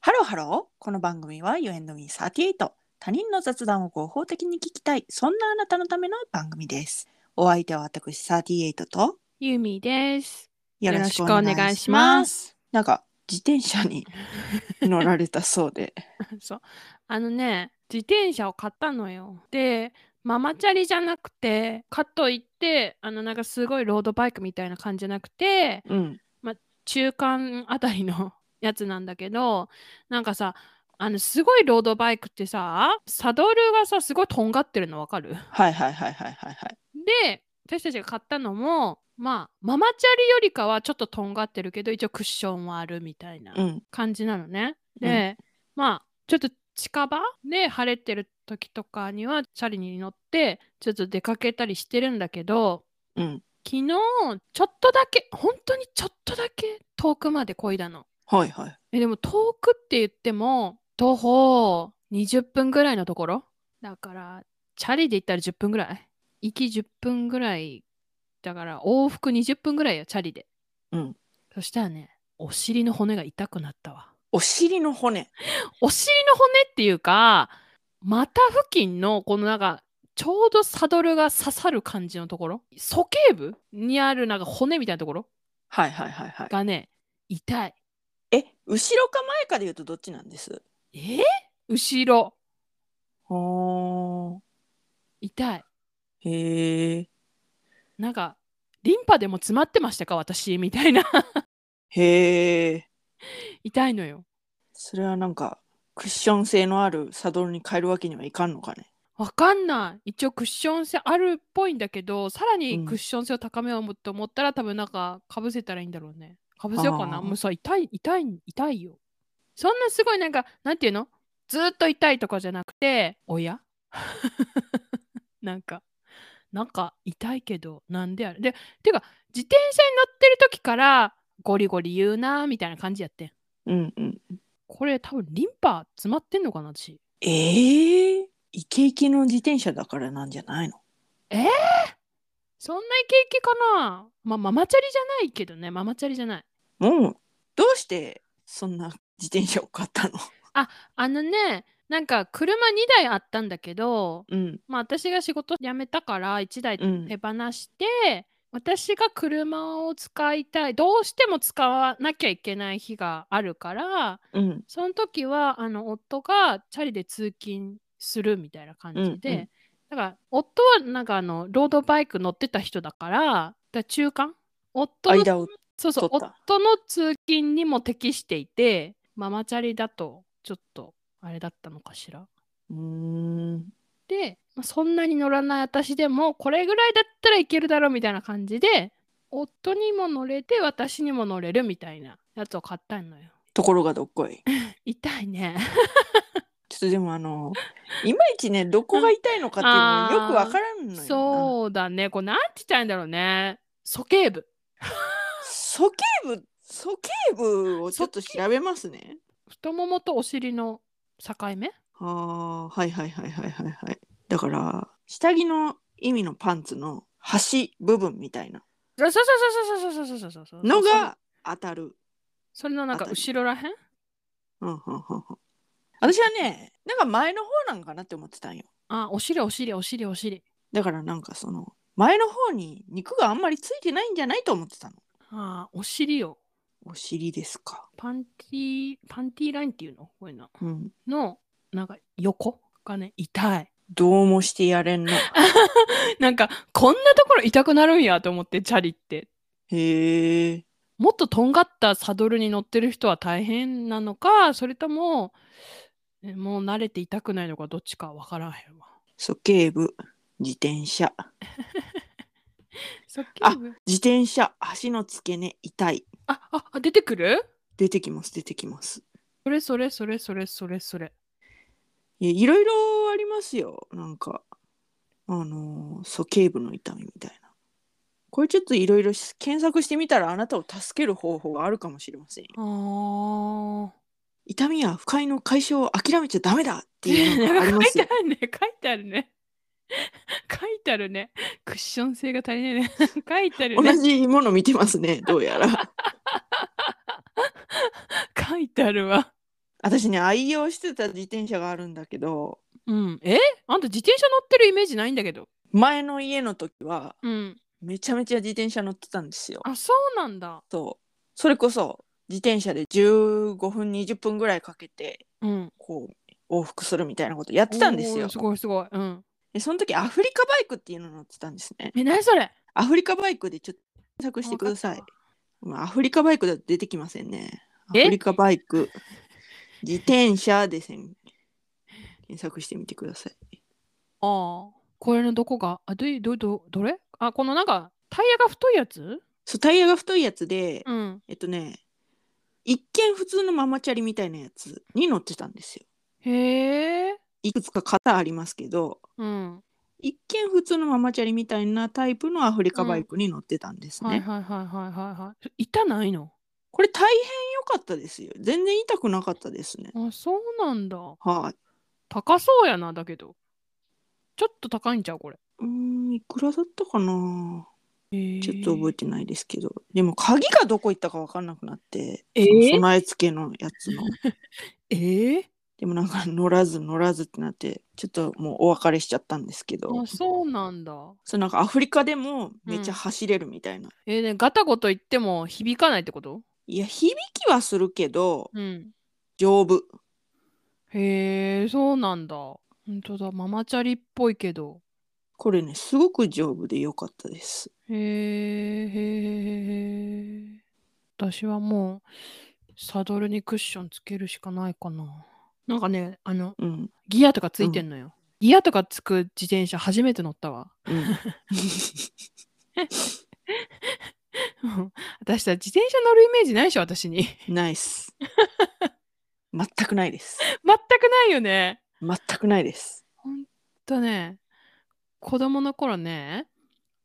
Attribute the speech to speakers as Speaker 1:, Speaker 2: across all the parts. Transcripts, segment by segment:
Speaker 1: ハローハロー。この番組は You and me38。他人の雑談を合法的に聞きたい。そんなあなたのための番組です。お相手は私38と
Speaker 2: ゆみです。
Speaker 1: よ
Speaker 2: ろ
Speaker 1: ろ
Speaker 2: し
Speaker 1: し
Speaker 2: く
Speaker 1: く
Speaker 2: お
Speaker 1: お
Speaker 2: 願いします
Speaker 1: 願いします。なんか自転車に乗られたそうで。
Speaker 2: そう。あのね、自転車を買ったのよ。で、ママチャリじゃなくて、かといって、あの、なんかすごいロードバイクみたいな感じじゃなくて、
Speaker 1: うん。
Speaker 2: 中間あたりのやつなんだけど、 なんかさ、あの、すごいロードバイクってさ、サドルがさ、すごいとんがってるのわかる
Speaker 1: はいはいはいはいはいはい。
Speaker 2: で、私たちが買ったのも、まあ、ママチャリよりかはちょっととんがってるけど、一応クッションはあるみたいな。
Speaker 1: うん。
Speaker 2: 感じなのね。で、まあちょっと近場で晴れてる時とかにはチャリに乗ってちょっと出かけたりしてるんだけど
Speaker 1: うん。
Speaker 2: 昨日ちょっとだけ本当にちょっとだけ遠くまでこいだの。
Speaker 1: はいはい。
Speaker 2: えでも遠くって言っても徒歩20分ぐらいのところだからチャリで行ったら10分ぐらい行き10分ぐらいだから往復20分ぐらいよチャリで。
Speaker 1: うん。
Speaker 2: そしたらねお尻の骨が痛くなったわ。
Speaker 1: お尻の骨。
Speaker 2: お尻の骨っていうか股付近のこのなんかちょうどサドルが刺さる感じのところ鼠径部にあるなんか骨みたいなところ
Speaker 1: はいはいはいはい。
Speaker 2: がね痛い
Speaker 1: え、後ろか前かで言うとどっちなんです
Speaker 2: えー後ろ
Speaker 1: ほー。
Speaker 2: 痛い
Speaker 1: へえ。
Speaker 2: なんかリンパでも詰まってましたか私みたいな
Speaker 1: へえ。
Speaker 2: 痛いのよ
Speaker 1: それはなんかクッション性のあるサドルに変えるわけにはいかんのかね。
Speaker 2: わかんない一応クッション性あるっぽいんだけどさら
Speaker 1: うん
Speaker 2: にクッション性を高めようと思ったら、多分なんかかぶせたらいいんだろうねかぶせようか
Speaker 1: あ
Speaker 2: な
Speaker 1: ー
Speaker 2: もうさ痛い痛い痛いよそんなすごいなんかなんていうのずーっと痛いとかじゃなくておや なんかなんか痛いけどなんであれでてか自転車に乗ってる時からゴリゴリ言うなーみたいな感じやってん
Speaker 1: うんうん。
Speaker 2: これ多分リンパ詰まってんのかな私
Speaker 1: ええイケイケの自転車だからなんじゃないの
Speaker 2: そんなイケイケかなまあママチャリじゃないけどねママチャリじゃない
Speaker 1: もうどうしてそんな自転車を買ったの
Speaker 2: あのねなんか車2台あったんだけど
Speaker 1: うん
Speaker 2: まあ私が仕事辞めたから1台
Speaker 1: うん
Speaker 2: 手放して、私が車を使いたいどうしても使わなきゃいけない日があるから
Speaker 1: うん
Speaker 2: その時はあの夫がチャリで通勤するみたいな感じで、
Speaker 1: うんうん
Speaker 2: だから夫はなんかあのロードバイク乗ってた人だからだから中間夫の
Speaker 1: 間を
Speaker 2: そうそう
Speaker 1: 取った
Speaker 2: 夫の通勤にも適していてママチャリだとちょっとあれだったのかしら
Speaker 1: うーん
Speaker 2: でまあそんなに乗らない私でもこれぐらいだったらいけるだろうみたいな感じで夫にも乗れて私にも乗れるみたいなやつを買ったのよ
Speaker 1: ところがどっこい。
Speaker 2: 痛いね
Speaker 1: ちょっとでもあのいまいちねどこが痛いのかっていうのよくわからんのよな。
Speaker 2: そうだねこれなんて言ったらいいんだろうね鼠径部
Speaker 1: 鼠径部鼠径部をちょっと調べますね。
Speaker 2: 太ももとお尻の境目
Speaker 1: ああ、はいはいはいはいはいはい。だから、下着の意味のパンツの端部分みたいな
Speaker 2: そうそうそうそうそうそうそうそうそう
Speaker 1: のが当たる。
Speaker 2: それのなんか
Speaker 1: あたり
Speaker 2: 後ろらへん
Speaker 1: うんうんうんうん。私はね、なんか前の方なんかなって思ってたんよ。
Speaker 2: あお尻お尻お尻お尻
Speaker 1: だからなんかその、前の方に肉があんまりついてないんじゃないと思ってたの。
Speaker 2: ああ、お尻を。
Speaker 1: お尻ですか。
Speaker 2: パンティー、パンティーラインっていうのこういうの。
Speaker 1: うん。
Speaker 2: の、なんか横がね、痛い。
Speaker 1: どうもしてやれんな。
Speaker 2: なんか、こんなところ痛くなるんやと思って、チャリって。
Speaker 1: へえ。
Speaker 2: もっととんがったサドルに乗ってる人は大変なのか、それとも、えもう慣れて痛くないのか、どっちかわからへんわ。
Speaker 1: 鼠径部、自転車。
Speaker 2: そっきり
Speaker 1: 自転車、足の付け根、痛い。
Speaker 2: あ、あ、あ、出てくる
Speaker 1: 出てきます、出てきます。
Speaker 2: それそれそれそれそれそれ。
Speaker 1: いやいろいろありますよなんかあのー鼠径部の痛みみたいなこれちょっといろいろ検索してみたらあなたを助ける方法があるかもしれませんよ
Speaker 2: あー。
Speaker 1: 痛みや不快の解消を諦めちゃダメだっていうのがあり
Speaker 2: なん
Speaker 1: ま
Speaker 2: か書い
Speaker 1: す
Speaker 2: て
Speaker 1: よ
Speaker 2: あるね書いてあるね書いてあるねクッション性が足りない ね書いてあるね
Speaker 1: 同じもの見てますねどうやら
Speaker 2: 書いてあるわ
Speaker 1: 私ね愛用してた自転車があるんだけど
Speaker 2: うん。えあんた自転車乗ってるイメージないんだけど。
Speaker 1: 前の家の時は
Speaker 2: うん。
Speaker 1: めちゃめちゃ自転車乗ってたんですよ。
Speaker 2: あ、そうなんだ。
Speaker 1: そうそれこそ自転車で15分20分ぐらいかけて
Speaker 2: うん。
Speaker 1: こう往復するみたいなことやってたんです
Speaker 2: お
Speaker 1: よ
Speaker 2: ー。すごいすごい。うん。
Speaker 1: でその時アフリカバイクっていうの乗ってたんですね。
Speaker 2: え、何それ
Speaker 1: アフリカバイクでちょっと検索してください。まあアフリカバイクだと出てきませんね。ア
Speaker 2: え
Speaker 1: フリカバイク、自転車でせん検索してみてください。
Speaker 2: ああ。これのどこがあ、どい、ど、ど、どれあ、このなんか、タイヤが太いやつ
Speaker 1: そうタイヤが太いやつで、
Speaker 2: うん。
Speaker 1: えっとね、一見普通のママチャリみたいなやつに乗ってたんですよ。
Speaker 2: へえ。
Speaker 1: いくつか型ありますけど、
Speaker 2: うん。
Speaker 1: 一見普通のママチャリみたいなタイプのアフリカバイクに乗ってたんですね。
Speaker 2: はいはいはいはいはいはい。痛ないの
Speaker 1: これ大変良かったですよ。全然痛くなかったですね。
Speaker 2: あ、そうなんだ。
Speaker 1: はい、
Speaker 2: 高そうやな、だけど。ちょっと高いんちゃうこれ。
Speaker 1: うーん、いくらだったかなちょっと覚え
Speaker 2: て。
Speaker 1: てないですけど。でも鍵がどこ行ったか分かんなくなって、
Speaker 2: えー
Speaker 1: その備え付けのやつ の。
Speaker 2: えー
Speaker 1: でもなんか乗らず乗らずってなって、ちょっともうお別れしちゃったんですけど
Speaker 2: あ、。そうなんだ。
Speaker 1: そうなんかアフリカでもめっちゃ走れるみたいな。
Speaker 2: えーね、ガタゴト言っても響かないってこと
Speaker 1: いや、響きはするけど、
Speaker 2: うん。
Speaker 1: 丈夫。
Speaker 2: へえ、そうなんだ。ほんとだ、ママチャリっぽいけど。
Speaker 1: これね、すごく丈夫で良かったです。
Speaker 2: へえ、へえ、へえ。私はもう、サドルにクッションつけるしかないかな。なんかね、あの、
Speaker 1: うん。
Speaker 2: ギアとかついてんのよ。ギアとかつく自転車初めて乗ったわ。
Speaker 1: うん
Speaker 2: うん 私さ、自転車乗るイメージないでしょ、私に。
Speaker 1: ナイス。全くないです。
Speaker 2: 全くないよね。
Speaker 1: 全くないです。
Speaker 2: とね、子供の頃ね、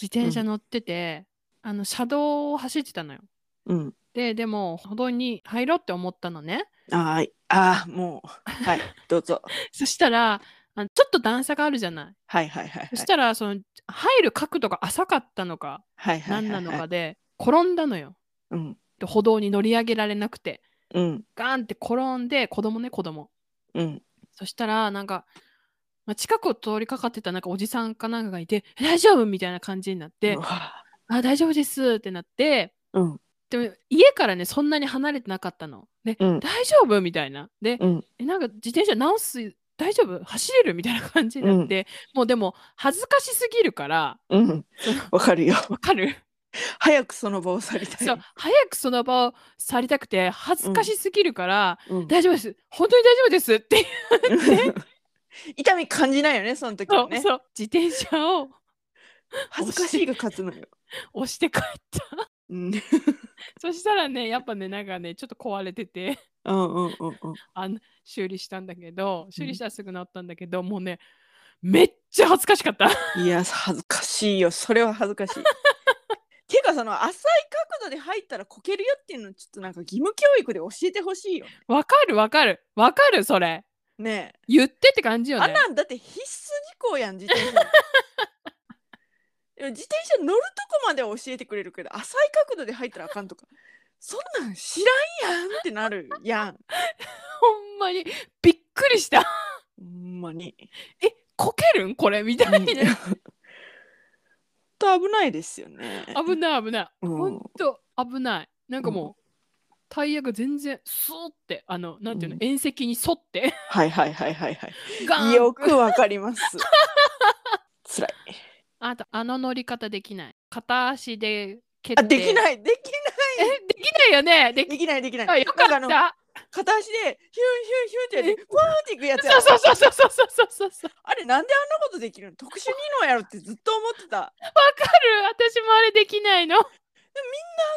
Speaker 2: 自転車乗ってて、あの、車道を走ってたのよ。
Speaker 1: うん。
Speaker 2: で、でも、歩道に入ろうって思ったのね。
Speaker 1: あーあー、もう。はい、どうぞ。
Speaker 2: そしたら、あのちょっと段差があるじゃない。
Speaker 1: はいはいはいはい。
Speaker 2: そしたら、その、入る角度が浅かったのか、
Speaker 1: はいはいはい
Speaker 2: 何
Speaker 1: はい
Speaker 2: なのかで、転んだのよ。
Speaker 1: うん。
Speaker 2: で歩道に乗り上げられなくて。
Speaker 1: うん。
Speaker 2: ガーンって転んで、子供ね、子供。
Speaker 1: うん。
Speaker 2: そしたら、なんか、まあ、近くを通りかかってたなんかおじさんかなんかがいて、え大丈夫みたいな感じになって
Speaker 1: う、わ
Speaker 2: あ、大丈夫ですってなって、
Speaker 1: うん。
Speaker 2: でも家からね、そんなに離れてなかったの。で、
Speaker 1: うん。
Speaker 2: 大丈夫みたいな。で、
Speaker 1: うん。
Speaker 2: えなんか自転車直す、大丈夫走れるみたいな感じになって、もうでも恥ずかしすぎるから、
Speaker 1: うん。わかるよ。
Speaker 2: わかる
Speaker 1: 早くその場を去りたい。
Speaker 2: そう、早くその場を去りたくて、恥ずかしすぎるから、
Speaker 1: うん
Speaker 2: 大丈夫です。本当に大丈夫ですってい う
Speaker 1: 痛み感じないよね、その時
Speaker 2: の
Speaker 1: は
Speaker 2: を、
Speaker 1: ね。
Speaker 2: そう自転車を
Speaker 1: 恥ずかしいが勝つのよ。
Speaker 2: 押して帰った。
Speaker 1: うん。うん
Speaker 2: そしたらね、やっぱね、なんかね、ちょっと壊れてて、
Speaker 1: うんうんうん。
Speaker 2: あの修理したんだけど、修理したらすぐなったんだけど、もうね、めっちゃ恥ずかしかった。
Speaker 1: いや、恥ずかしいよ。それは恥ずかしい。てか、その浅い角度で入ったらこけるよっていうの、ちょっとなんか義務教育で教えてほしいよ。
Speaker 2: わかるわかる。わかる、それ。
Speaker 1: ねえ。
Speaker 2: 言ってって感じよ
Speaker 1: あん
Speaker 2: ね。
Speaker 1: なんだって必須事項やん、自 転車。でも自転車乗るとこまでは教えてくれるけど、浅い角度で入ったらあかんとか。そんなん知らんやんってなるやん。
Speaker 2: ほんまに、びっくりした。
Speaker 1: ほんまに。
Speaker 2: え、こけるんこれみたいな。
Speaker 1: と危ないですよね。
Speaker 2: 危ない危ない。
Speaker 1: うん
Speaker 2: ほんと、危ない。なんか
Speaker 1: う
Speaker 2: もう、タイヤが全然、スーって、あの、なんていうの
Speaker 1: う、ん
Speaker 2: 縁石に沿って、
Speaker 1: はいはいはいはいは
Speaker 2: ガーン
Speaker 1: い。よくわかります。辛い。
Speaker 2: あと、あの乗り方できない。片足で蹴って。
Speaker 1: あ、でき
Speaker 2: い。
Speaker 1: ない、でき
Speaker 2: え、できないよね。で
Speaker 1: ない、で
Speaker 2: き
Speaker 1: きない、できな
Speaker 2: あ
Speaker 1: い。
Speaker 2: よか
Speaker 1: な
Speaker 2: っ
Speaker 1: んあの
Speaker 2: た。
Speaker 1: 片足で、ヒュンヒュンヒュンってやって、わーっていくやつや
Speaker 2: そうそうそうそうそうそうそうそう。
Speaker 1: あれ、なんであんなことできるの特殊技能やろってずっと思ってた。
Speaker 2: わかる。私もあれできないの。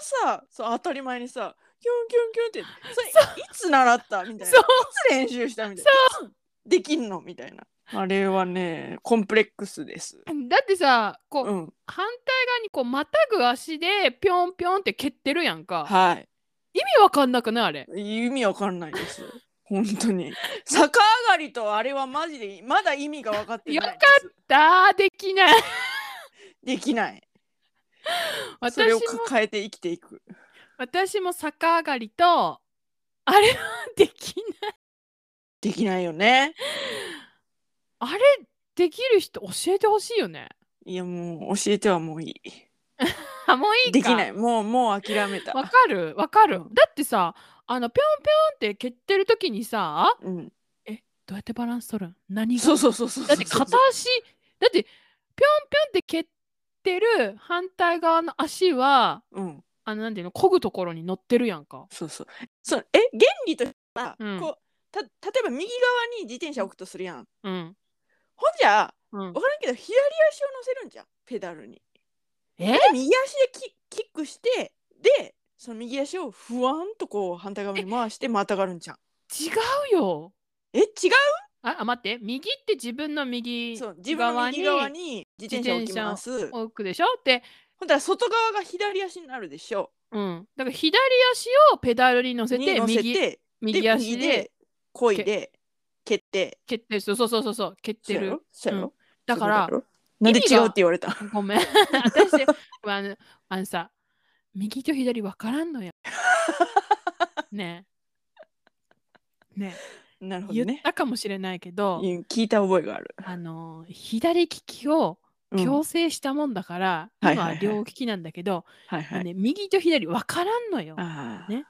Speaker 1: さそう当たり前にさキュンキュンキュンってそれいつ習ったみたいな
Speaker 2: そ
Speaker 1: いうつ練習したみたいなそうできんのみたいなあれはねコンプレックスです
Speaker 2: だってさ、こう、
Speaker 1: うん
Speaker 2: 反対側にこうまたぐ足でぴょんぴょんって蹴ってるやんか。
Speaker 1: は
Speaker 2: 意味わかんなくないあれ。
Speaker 1: い意味わかんないです本当 に逆上がりとあれはマジでまだ意味が分かってない
Speaker 2: よか
Speaker 1: っ
Speaker 2: だーできない。
Speaker 1: できないそ
Speaker 2: 私
Speaker 1: れ
Speaker 2: も
Speaker 1: を抱えて生きていく
Speaker 2: 私も逆上がりとあれはできない。
Speaker 1: できないよね。
Speaker 2: あれできる人教えてほしいよね。
Speaker 1: いやもう教えてはもういい。
Speaker 2: あもういいか
Speaker 1: できない。もうもう諦めた。
Speaker 2: わかるわかる。だってさあのぴょんぴょんって蹴ってる時にさ
Speaker 1: うん。
Speaker 2: えどうやってバランス取るん何が
Speaker 1: そうそうそうそうそうそう。
Speaker 2: だって片足だってぴょんぴょんって蹴ってる反対側の足は
Speaker 1: うん。
Speaker 2: あのなんていうの漕ぐところに乗ってるやんか。
Speaker 1: そうそう。そうえ原理としては、
Speaker 2: うん
Speaker 1: こうた例えば右側に自転車置くとするやん。
Speaker 2: うん
Speaker 1: ほんじゃ
Speaker 2: う
Speaker 1: 分、
Speaker 2: ん
Speaker 1: からんけど左足を乗せるんじゃんペダルに。
Speaker 2: え
Speaker 1: で右足でキキックしてでその右足をふわんとこう反対側に回してまたがるんじゃん。
Speaker 2: 違うよ
Speaker 1: え違
Speaker 2: ああ待って右って自分の
Speaker 1: う
Speaker 2: 右
Speaker 1: そう自分の
Speaker 2: 側
Speaker 1: 右
Speaker 2: に
Speaker 1: 側に自転車置きます。
Speaker 2: 置くでしょって、
Speaker 1: ほんだら外側が左足になるでしょ。
Speaker 2: うん、だから左足をペダルに乗せて
Speaker 1: に乗せ
Speaker 2: 右
Speaker 1: て
Speaker 2: 右足
Speaker 1: 右
Speaker 2: で
Speaker 1: 漕いで蹴って
Speaker 2: 蹴ってるそうそうそうそうそう蹴って
Speaker 1: そうや
Speaker 2: る
Speaker 1: ろそうやろ
Speaker 2: うんだから
Speaker 1: そういうことやろなんで違うって言われた
Speaker 2: ごめん私あのあのさ右と左分からんの よねえね
Speaker 1: なる
Speaker 2: え
Speaker 1: ほ
Speaker 2: 言
Speaker 1: ど
Speaker 2: っ
Speaker 1: ね
Speaker 2: たかもしれないけど
Speaker 1: うん聞いた覚えがある、
Speaker 2: あの左利きを
Speaker 1: うん
Speaker 2: 強制したもんだから、
Speaker 1: はいは
Speaker 2: 今
Speaker 1: いは
Speaker 2: はい両利きなんだけど、
Speaker 1: はいはい、
Speaker 2: ね、右と左分からんのよ
Speaker 1: ああ
Speaker 2: ね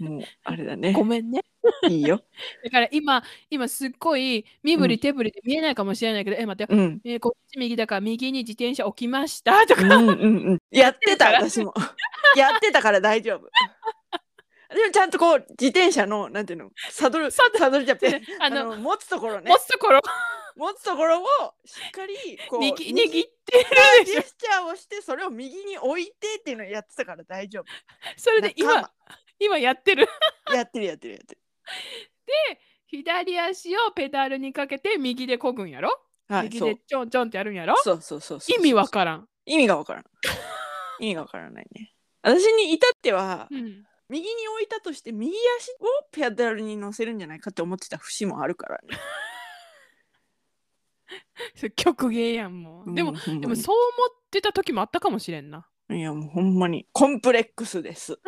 Speaker 1: もうあれだね
Speaker 2: ごめんね
Speaker 1: いいよ
Speaker 2: だから今今すっごい身振
Speaker 1: うん
Speaker 2: り手振りで見えないかもしれないけど、え待って、
Speaker 1: うん
Speaker 2: えーこっち右だから右に自転車置きましたと
Speaker 1: う
Speaker 2: か、
Speaker 1: んうんうんやってた
Speaker 2: やってるから
Speaker 1: 私も やってたから大丈夫でもちゃんとこう自転車のなんていうのサドル
Speaker 2: サドル
Speaker 1: サドルじゃなくて
Speaker 2: あ
Speaker 1: あ
Speaker 2: の
Speaker 1: の持つところね
Speaker 2: 持つところ
Speaker 1: 持つところをしっかりこう
Speaker 2: 握握ってるで
Speaker 1: ジ
Speaker 2: し
Speaker 1: ェ
Speaker 2: ょ
Speaker 1: スチャーをしてそれを右に置いてっていうのをやってたから大丈夫。
Speaker 2: それで
Speaker 1: 仲
Speaker 2: 今今やってる
Speaker 1: 間やってるやってるやってる。
Speaker 2: 左足をペダルにかけて右でこぐんやろ、
Speaker 1: はい、
Speaker 2: 右
Speaker 1: そう
Speaker 2: でちょんちょんってやるんやろ
Speaker 1: そうそうそうそう。
Speaker 2: 意味わからん、
Speaker 1: 意味がわからん。意味がわからないね。私に至っては、
Speaker 2: うん、
Speaker 1: 右に置いたとして右足をペダルに乗せるんじゃないかって思ってた節もあるからね。
Speaker 2: それ 極限やんもう、 で
Speaker 1: う
Speaker 2: も
Speaker 1: んほんまに
Speaker 2: でもそう思ってた時もあったかもしれんない
Speaker 1: やもうほんまにコンプレックスです。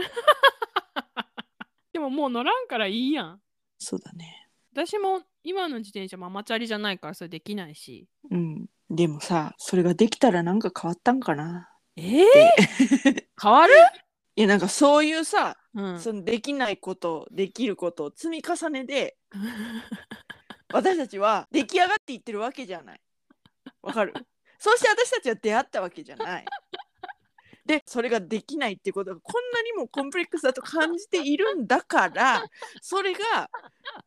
Speaker 2: でももう乗らんからいいやん
Speaker 1: そうだね。
Speaker 2: 私も今の自転車ママチャリじゃないからそれできないし
Speaker 1: うん。でもさ、それができたらなんか変わったんかな。
Speaker 2: ええ 変わる、
Speaker 1: いやなんかそういうさ、
Speaker 2: うん、
Speaker 1: そのできないことできることを積み重ね で私たちは出来上がっていってるわけじゃないわかるそうして私たちは出会ったわけじゃないでそれができないってことがこんなにもコンプレックスだと感じているんだからそれが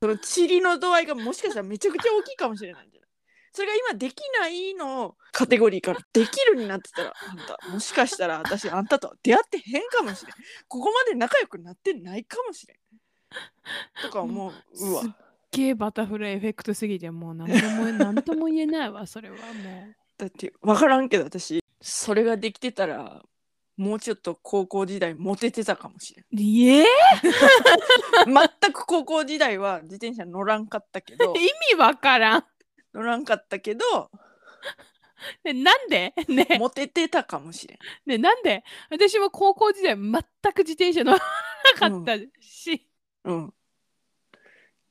Speaker 1: その塵の度合いがもしかしたらめちゃくちゃ大きいかもしれないんじゃないそれが今できないのカテゴリーからできるになってたらあんたもしかしたら私あんたとは出会ってへんかもしれんここまで仲良くなってないかもしれんとか思う
Speaker 2: もう
Speaker 1: うわ
Speaker 2: すっげえバタフライエフェクトすぎてもう何とも何とも言えないわそれはもう
Speaker 1: だって分からんけど私それができてたらもうちょっと高校時代モテてたかもしれん
Speaker 2: い え
Speaker 1: 全く高校時代は自転車乗らんかったけど
Speaker 2: 意味わからん
Speaker 1: 乗らんかったけど
Speaker 2: ねなんでね
Speaker 1: モテてたかもしれん
Speaker 2: ねなんで私も高校時代全く自転車乗らなかったし、
Speaker 1: うん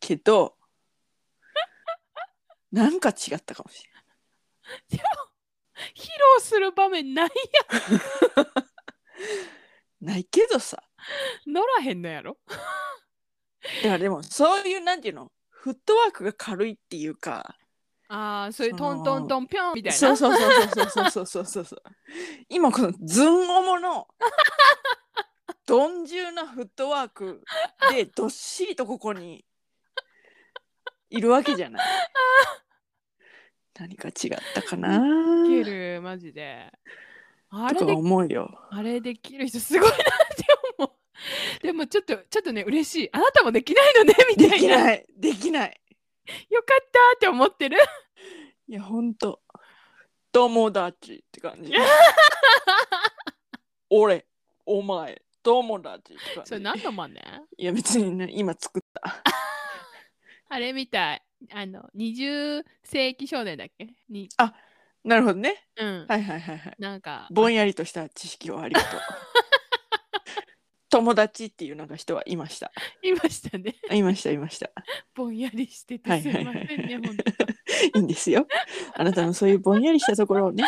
Speaker 1: けど なんか違ったかもし
Speaker 2: 披露する場面ない
Speaker 1: れんないけどさ
Speaker 2: 乗らへんのやろ
Speaker 1: いやでもそういうなんていうのフットワークが軽いっていうか
Speaker 2: ああそういう
Speaker 1: そ
Speaker 2: ト
Speaker 1: の
Speaker 2: ントントンピョンみたいな
Speaker 1: そうそうそうそうそうそうそうそうそう今このずんおもの鈍重なフットワークでどっしりとここにいるわけじゃ ない何か違ったかな
Speaker 2: できるマジであれ
Speaker 1: とか
Speaker 2: で
Speaker 1: 思うよ
Speaker 2: あれできる人すごいなって思う でもちょっとちょっとね嬉しいあなたもできないの ねみ
Speaker 1: で
Speaker 2: たい
Speaker 1: き
Speaker 2: な
Speaker 1: ないできない
Speaker 2: よかったって思ってる
Speaker 1: いやほんと友達って感 じ俺お前友達って感じ
Speaker 2: それ何のまね
Speaker 1: いや別にね今作った
Speaker 2: あれみたいあの20世紀少年だっけに
Speaker 1: なるほどね
Speaker 2: うん、
Speaker 1: はいはいはいはい
Speaker 2: なんか
Speaker 1: ぼんやりとした知識をありがとう。友達っていうなんか人はいました。
Speaker 2: いましたね。
Speaker 1: いました、いました。
Speaker 2: ぼんやりして
Speaker 1: は
Speaker 2: て
Speaker 1: い
Speaker 2: す
Speaker 1: はいいは
Speaker 2: ま
Speaker 1: いはい
Speaker 2: せ んね、本当
Speaker 1: いいんですよ。あなたのそういうぼんやりしたところをね、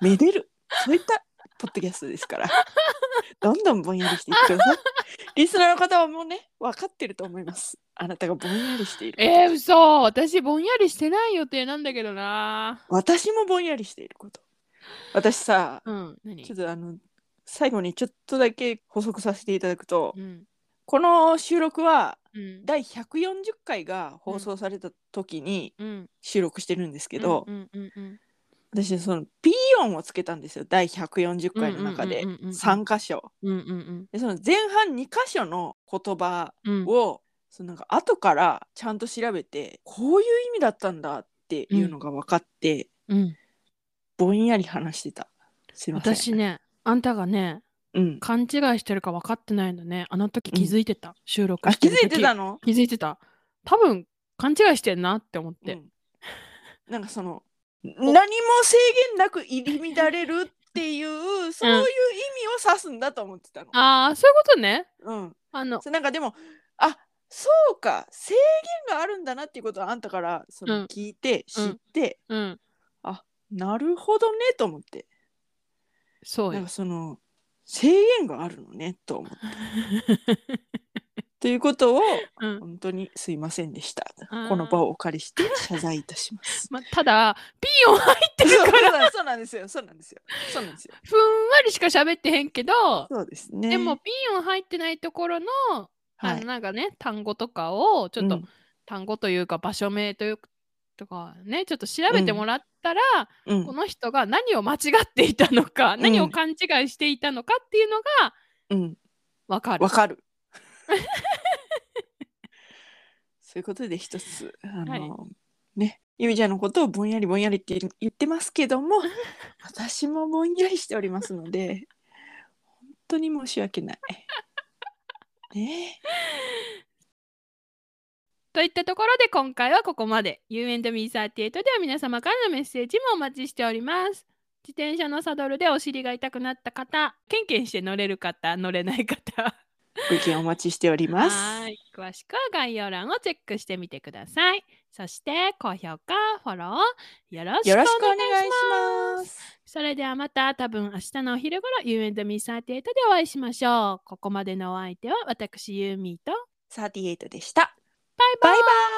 Speaker 1: めでる。そういったポッドキャストですから。どんどんぼんやりしていってください。リスナーの方はもうね、分かってると思います。あなたがぼんやりしている。
Speaker 2: えー、嘘私ぼんやりしてない予定なんだけどな。
Speaker 1: 私もぼんやりしていること。私さ、
Speaker 2: うん、何
Speaker 1: ちょっとあの、最後にちょっとだけ補足させていただくと、
Speaker 2: うん。
Speaker 1: この収録は
Speaker 2: うん。
Speaker 1: 第140回が放送された時に
Speaker 2: うん。
Speaker 1: 収録してるんですけど、
Speaker 2: うんうんうん
Speaker 1: 私そのピー音をつけたんですよ第140
Speaker 2: うん、
Speaker 1: 回の中で
Speaker 2: うんうんうんうん
Speaker 1: 3箇所
Speaker 2: うんうん
Speaker 1: でその前半2箇所の言葉
Speaker 2: うんうん
Speaker 1: を、そのなんか後からちゃんと調べてこういう意味だったんだっていうのが分かって、
Speaker 2: うん
Speaker 1: ぼんやり話してたすいません
Speaker 2: 私ねあんたがね
Speaker 1: うん、
Speaker 2: 勘違いしてるか分かってないのねあの時気づいてた、収録
Speaker 1: あ
Speaker 2: して
Speaker 1: 気
Speaker 2: る
Speaker 1: づい
Speaker 2: 時
Speaker 1: てたの、
Speaker 2: 気づいてた多分勘違いしてんなって思っ
Speaker 1: う
Speaker 2: て、
Speaker 1: ん、なんかその何も制限なく入り乱れるっていうそういう意味を指すんだと思ってたの。
Speaker 2: ああそういうことね
Speaker 1: うん、
Speaker 2: あの
Speaker 1: そうなんかでもあそうか制限があるんだなっていうことをあんたからそ
Speaker 2: うん
Speaker 1: の聞いて、
Speaker 2: う
Speaker 1: 知
Speaker 2: ん
Speaker 1: って、
Speaker 2: うん
Speaker 1: なるほどねと思って
Speaker 2: そう
Speaker 1: なん
Speaker 2: よ
Speaker 1: かその制限があるのねと思ってということ を
Speaker 2: うん
Speaker 1: 本当にすいませんでした
Speaker 2: あー
Speaker 1: この場をお借りして謝罪いたします。
Speaker 2: まあ、ただピーヨン入 って
Speaker 1: そう
Speaker 2: るから
Speaker 1: そうそうなんですよそうなんですよそうなんですよ
Speaker 2: ふんわりしか喋ってへんけど
Speaker 1: そうですね。
Speaker 2: でもピーヨン入ってないところの,、
Speaker 1: は
Speaker 2: あ
Speaker 1: い
Speaker 2: のなんかね単語とかをちょっと、単語というか場所名というとかねちょっと調べてもらったら、
Speaker 1: うん
Speaker 2: この人が何を間違っていたのか、
Speaker 1: ん
Speaker 2: 何を勘違いしていたのかっていうのが
Speaker 1: うんうん
Speaker 2: 分かる
Speaker 1: わ。か る。そういうことで一つあの、
Speaker 2: はい
Speaker 1: ねゆみちゃんのことをぼんやりぼんやりって言ってますけ ども私もぼんやりしておりますので本当に申し訳ない。ね
Speaker 2: といったところで今回はここまで U&Me38 では皆様からのメッセージもお待ちしております。自転車のサドルでお尻が痛くなった方、ケンケンして乗れる方、乗れない方。
Speaker 1: ご意見お待ちしております。
Speaker 2: はい詳しくは概要欄をチェックしてみてください。そして高評価、フォローよろしくお
Speaker 1: よろ
Speaker 2: 願い
Speaker 1: しく
Speaker 2: し
Speaker 1: お願い
Speaker 2: ます。
Speaker 1: します。
Speaker 2: それではまた多分明日のお昼頃 You and me38 でお会いしましょう。ここまでのお相手は私ユーミーと
Speaker 1: 38でした。
Speaker 2: バイバイ
Speaker 1: バイバイ